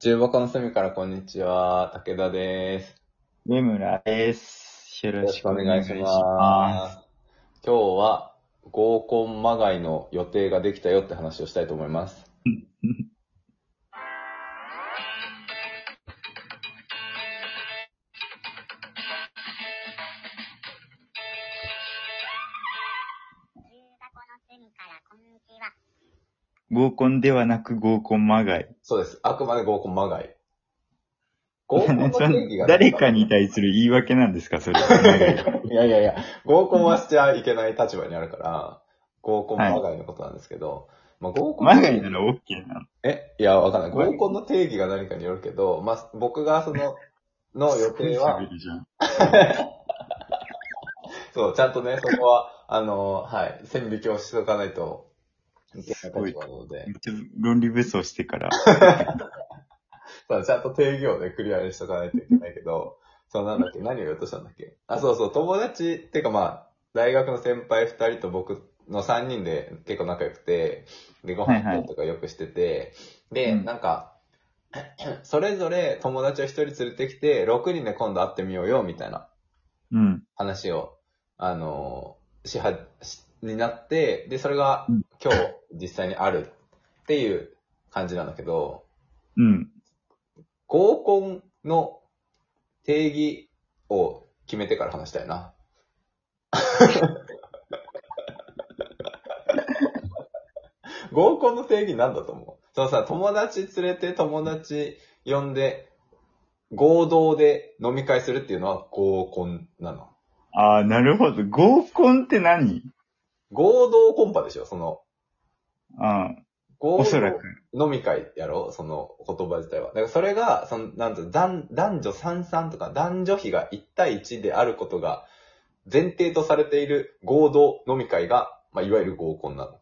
中箱の隅からこんにちは、武田です。上村です。よろしくお願いしよろしくおます。す。今日は合コンまがいの予定ができたよって話をしたいと思います。中箱の隅からこんにちは。合コンではなく合コンまがい。そうです。あくまで合コンまがい。合コンの定義が 誰かに対する言い訳なんです か、それは。いやいやいや、合コンはしちゃいけない立場にあるから、合コンまがいのことなんですけど、まあ合コンのまがいなら OK なの。え、いや、わかんない。合コンの定義が何かによるけど、まあ、僕がその、の予定は、喋るじゃんそう、ちゃんとね、そこは、あの、はい、線引きをしとかないといけない立場なのでめ、っちゃ論理武装してから。そうちゃんと定義をね、クリアにしとかないといけないけど、そうなんだっけ、何を言おうとしたんだっけ。あ、そうそう、友達っていうかまあ、大学の先輩二人と僕の三人で結構仲良くて、で、ご飯行ったりとかよくしてて、で、うんなんか、 それぞれ友達を一人連れてきて、六人で今度会ってみようよ、みたいな。うん。話を、あのーしは、し、になって、で、それがうん今日実際にあるっていう感じなんだけど、うん。合コンの定義を決めてから話したい な。合コンの定義なんだと思うそのさ、友達連れて友達呼んで、合同で飲み会するっていうのは合コンなの。ああ、なるほど。合コンって何合同コンパでしょその、ああ、合お同そらく。飲み会やろその言葉自体は。だからそれが、その、なんと、男男女三三とか男女比が1対1であることが前提とされている合同飲み会が、まあ、いわゆる合コンなの。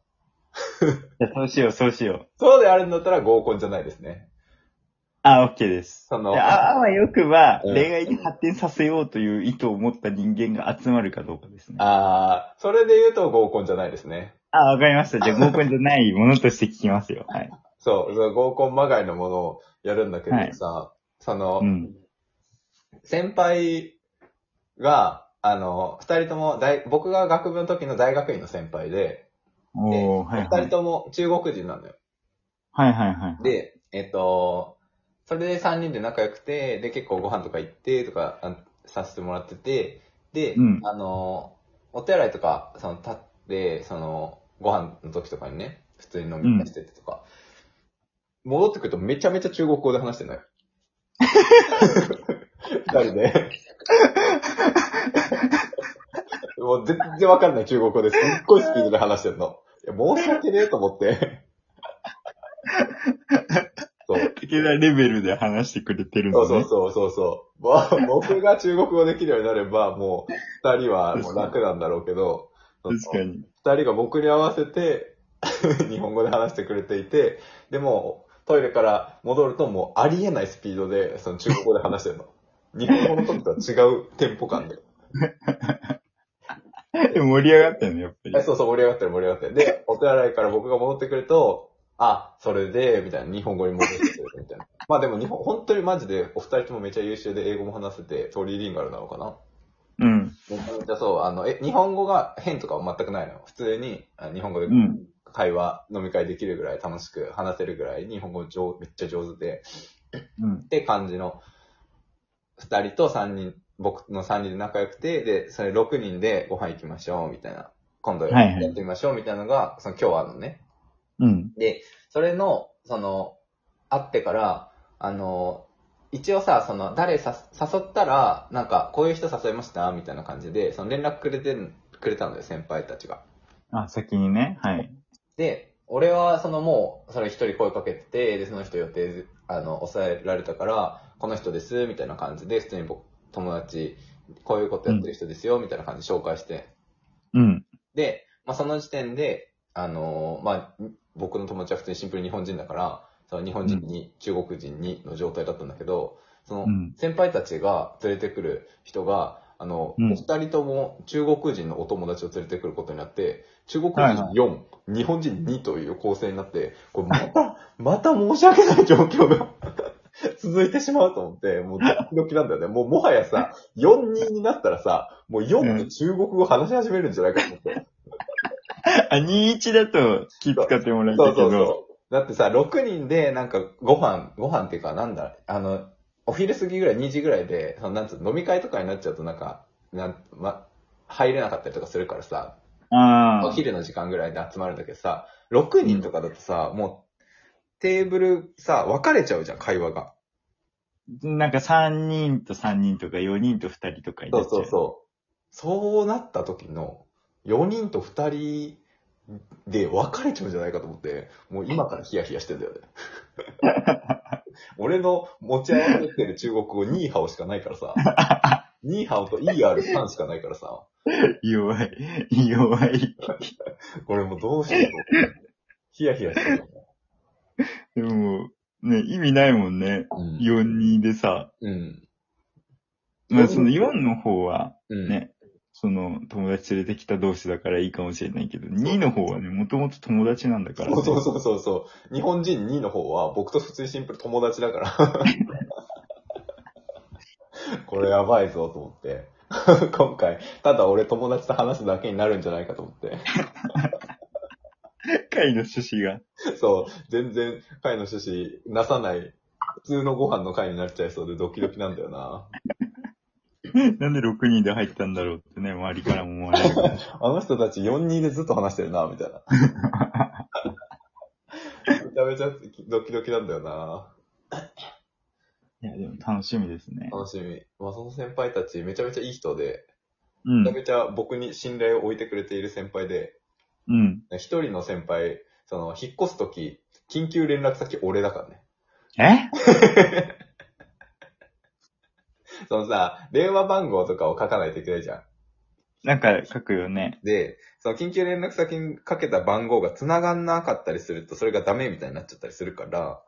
じゃあそうしよう、そうしよう。そうであるんだったら合コンじゃないですね。ああ、OK です。そのでああわよくば、うん恋愛に発展させようという意図を持った人間が集まるかどうかですね。あー、それで言うと合コンじゃないですね。ああ、わかりました。じゃあ合コンじゃないものとして聞きます よ。はい。そう、その合コンまがいのものをやるんだけどさ、その、うん。先輩が、あの、二人とも大、僕が学部の時の大学院の先輩で、おー、は二、いはい人。とも中国人なのよ。はいはいはい。で、えっと、それで三人で仲良くて、で、結構ご飯とか行って、とかあさせてもらってて、で、うんあの、お手洗いとか、その、立って、その、ご飯の時とかにね、普通に飲み会しててとか、戻ってくるとめちゃめちゃ中国語で話して ない。二人で。もう全然わかんない中国語ですっごいスピードで話してるの。いや、申し訳ねえと思って。そう。武田レベルで話してくれてるそのうね。そうそうそうそう。まあ、僕が中国語できるようになれば、もう、二人はもう楽なんだろうけど、確かに。二人が僕に合わせて、日本語で話してくれていて、でも、トイレから戻るともうありえないスピードで、その中国語で話してるの。日本語の時とは違うテンポ感で。でも盛り上がったよね、やっぱりえ。そうそう、盛り上がってる盛り上がってる。で、 お手洗いから僕が戻ってくると、あ、それで、みたいな、日本語に戻ってくるみたいな。 まあでも日本、本当にマジで、お二人ともめちゃ優秀で、英語も話せて、トリリンガルなのかなうん。めちゃめちゃそう、あの、え、日本語が変とかは全くないのよ。普通に、あ日本語でうん。会話、飲み会できるぐらい楽しく話せるぐらい、日本語上めっちゃ上手で、うんっ。て感じの、二人と三人、僕の三人で仲良くて、で、それ六人でご飯行きましょう、みたいな。今度はいやはいってみましょう、みたいなのが、その今日あるのね。うん。で、それの、その、会ってから、あの、一応さ、その、誰さ誘ったら、なんか、こういう人誘いましたみたいな感じで、その連絡くれてん、くれたのよ、先輩たちが。あ、先にね。はい。で、俺はそのもう、それ一人声かけてて、で、その人予定、あの、抑えられたから、この人です、みたいな感じで、普通に僕、友達、こういうことやってる人ですよ、みたいな感じで紹介して。うん。で、まあ、その時点で、あのーまあ、僕の友達は普通にシンプルに日本人だから、その日本人に、中国人にの状態だったんだけど、そのうん、先輩たちが連れてくる人が、あの、うんお二人とも中国人のお友達を連れてくることになって、中国人4、日本人2という構成になって、これまた、また申し訳ない状況が、 続いてしまうと思って、もうドキドキなんだよね。もうもはやさ、4人になったらさ、もう4で中国語話し始めるんじゃないかと思って。あ、21だと気使ってもらえたそけうそうど、そう。だってさ、6人で、なんか、ご飯、ご飯っていうか、なんだ、あの、お昼過ぎぐらい、2時ぐらいで、そのなんつうの飲み会とかになっちゃうと、なんか、なん、ま、入れなかったりとかするからさ、おああ、昼の時間ぐらいで集まるんだけどさ、6人とかだとさ、もう、テーブルさ、分かれちゃうじゃん、会話が。なんか3人と3人とか4人と2人とかにそうなっちゃそうそう。そうなった時の、4人と2人で別れちゃうんじゃないかと思って、もう今からヒヤヒヤしてん だよね。俺の持ち合わせてる中国語、ニーハオしかないからさ。ニーハオと ER3 しかないからさ。弱い、弱い。これもうどうしよう。ヒヤヒヤしてるよね。でも、ね、意味ないもんね。うん。 42でさ、うん。まあその4の方は、うん。ねその友達連れてきた同士だからいいかもしれないけど、2の方はね、もともと友達なんだから、ね。そうそうそうそうそう。日本人2の方は僕と普通にシンプル友達だから。これやばいぞと思って。 今回、ただ俺友達と話すだけになるんじゃないかと思って。会の趣旨が。 そう、全然会の趣旨なさない、普通のご飯の会になっちゃいそうでドキドキなんだよな。なんで6人で入ったんだろうってね、周りからも思わ れる。あの人たち4人でずっと話してるな、みたいな。めちゃめちゃドキドキなんだよな。いや、でも楽しみで すね。楽しみ。まあその先輩たちめちゃめちゃいい人で、うめちゃん。めちゃ僕に信頼を置いてくれている先輩で、うん。一人の先輩、その、引っ越すとき、緊急連絡先俺だからね。 えそのさ、電話番号とかを書かないといけないじゃん。なんか書くよね。で、その緊急連絡先にかけた番号が繋がんなかったりすると、それがダメみたいになっちゃったりするから、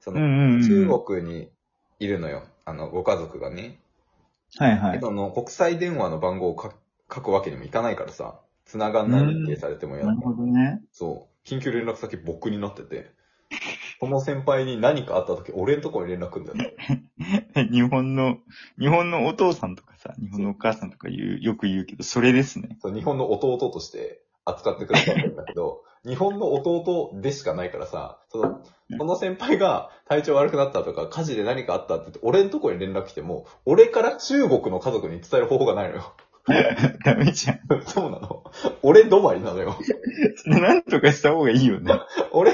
そうんの、うん、うん。中。国にいるのよ。あの、ご家族がね。はいはい。その、国際電話の番号をか書くわけにもいかないからさ、繋がんない認定されてもやなるほどね。そう。緊急連絡先僕になってて。この先輩に何かあった時、俺んとこに連絡くんだよね。日本の、日本のお父さんとかさ、日本のお母さんとか言う、よく言うけど、それですね。 そう日本の弟として扱ってくださってるんだけど、日本の弟でしかないからさ、その、この先輩が体調悪くなったとか、火事で何かあったって言って、俺んとこに連絡来ても、俺から中国の家族に伝える方法がないのよ。 ダメじゃん。そうなの。俺止まりなのよ。なんとかした方がいい よね。俺、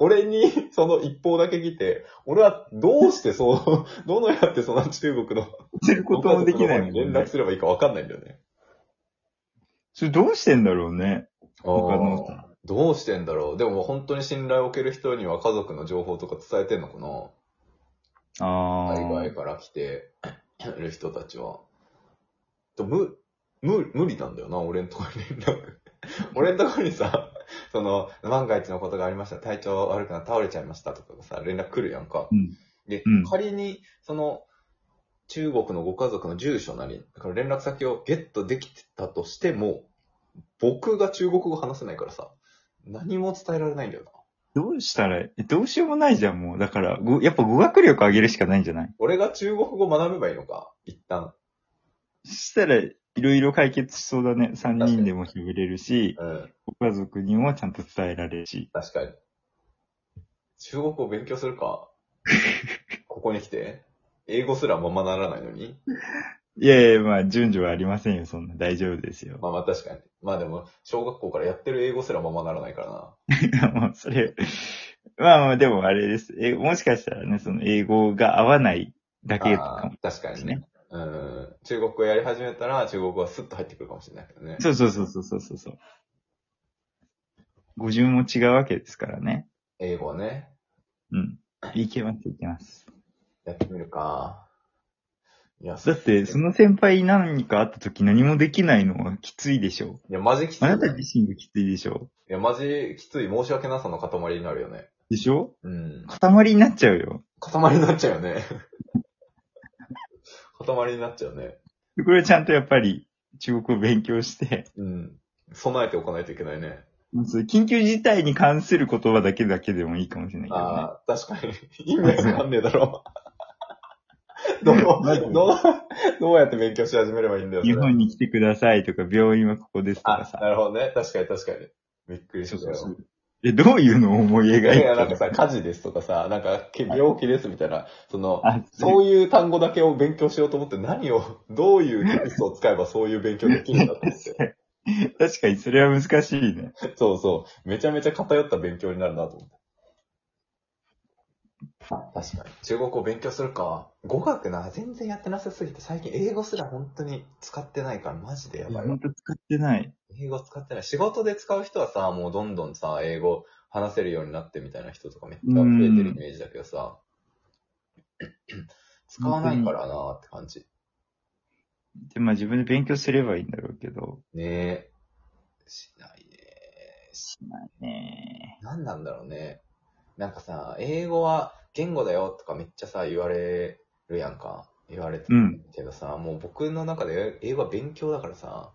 俺にその一方だけ来て、俺はどうしてそう、どのやってその中国のすることもできないもん、連絡ね。すればいいか分かんないんだよね。それどうしてんだろうね。あ他のーどうしてんだろう。でも本当に信頼を受ける人には家族の情報とか伝えてんのかなあ海外あ。から来てる人たちは。とむ、む、無理なんだよな、俺んとこに連絡。 俺んとこにさ、その、万が一のことがありました、体調悪くなって倒れちゃいましたとかさ、連絡来るやんか。うんで、うん仮に、その、中国のご家族の住所なり、だから連絡先をゲットできてたとしても、僕が中国語話せないからさ、何も伝えられないんだよな。どうしたら、えどうしようもないじゃん、もう。だから、ごやっぱ語学力上げるしかないんじゃない俺が中国語学べばいいのか、一旦。そしたら、いろいろ解決しそうだね。3人でも喋れるし、うん、ご家族にもちゃんと伝えられるし。確かに。中国語勉強する か。ここに来て、英語すらままならないのに。いやいや、まあ、順序はありませんよ、そんな。大丈夫ですよ。 まあまあ確かに。まあでも、小学校からやってる英語すらままならないからな。もうそれ、まあまあ、でもあれです。え、もしかしたらね、その英語が合わないだけあかも。ー確かにでね。うん。中国語やり始めたら、中国語はスッと入ってくるかもしれないけどね。そうそうそうそうそうそうそう。語順も違うわけですからね。英語ね。うん。いけます、いけます。やってみるか。いや、だって、その先輩に何かあった時何もできないのはきついでしょいや、マジきつい。あなたい自身がきついでしょや、マジきつい。申し訳なさの塊になるよね。でしょうん。塊になっちゃうよ。塊になっちゃうよ ね。塊になっちゃうね。これはちゃんとやっぱり中国を勉強して、うん。備えておかないといけないね。その緊急事態に関する言葉だけだけでもいいかもしれないけどね。ああ、確かに。意味わかんねえだろ。どう、どう、どうやって勉強し始めればいいんだよ、それ日本に来てくださいとか、病院はここですとかあ、さ。なるほどね。確かに確かに。びっくりしたよ。え、どういうのを思い描いいやいや、なんてかるさ、火事ですとかさ、なんか、け病気ですみたいな、その、あ、そう。そういう単語だけを勉強しようと思って、何を、どういうテキストを使えばそういう勉強できるんだと思って。確かにそれは難しいね。そうそう。めちゃめちゃ偏った勉強になるなと思って。確かに。中国語勉強するか。語学な、全然やってなさすぎて、最近英語すら本当に使ってないから、マジでやばいわ本。当使ってない。英語使ってない。仕事で使う人はさ、もうどんどんさ、英語話せるようになってみたいな人とかめっちゃ増えてるイメージだけどさ、使わないからなーって感じ。で、まあ自分で勉強すればいいんだろうけど。ねえ。しないね。ねなんなんだろうね。なんかさ、英語は言語だよとかめっちゃさ、言われるやんか。言われてうんるけどさ、もう僕の中で英語は勉強だからさ、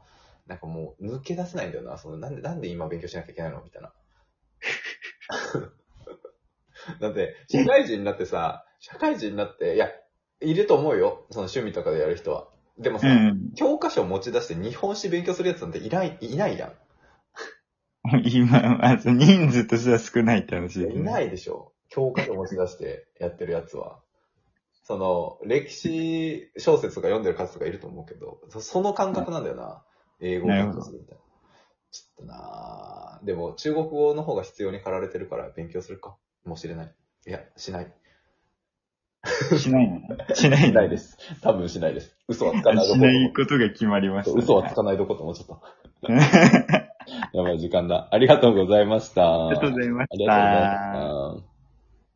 なんかもう抜け出せないんだよな。そのなんで、なんで今勉強しなきゃいけないのみたいな。 だって、社会人になってさ、社会人になって、いや、いると思うよ。その趣味とかでやる人は。でもえ。さ、うん。教科書を持ち出して日本史勉強するやつなんていない、いないやん。今、あと人数としては少ないって話だよいねないでしょ。教科書持ち出して やってるやつは。その、歴史小説とか読んでる数とかいると思うけど、そその感覚なんだよな。英語を勉強するみたいな。ちょっとなぁ。でも、中国語の方が必要に駆られてるから勉強するかもしれない。いや、しない。しないのしないしのないです。多分しないです。嘘はつかあないどしころないことが決まりました、ね。嘘はつかないどころともうちょっ と。やばい時間だ。ありがとうございました。ありがとうございまあしりがとうございまた。した。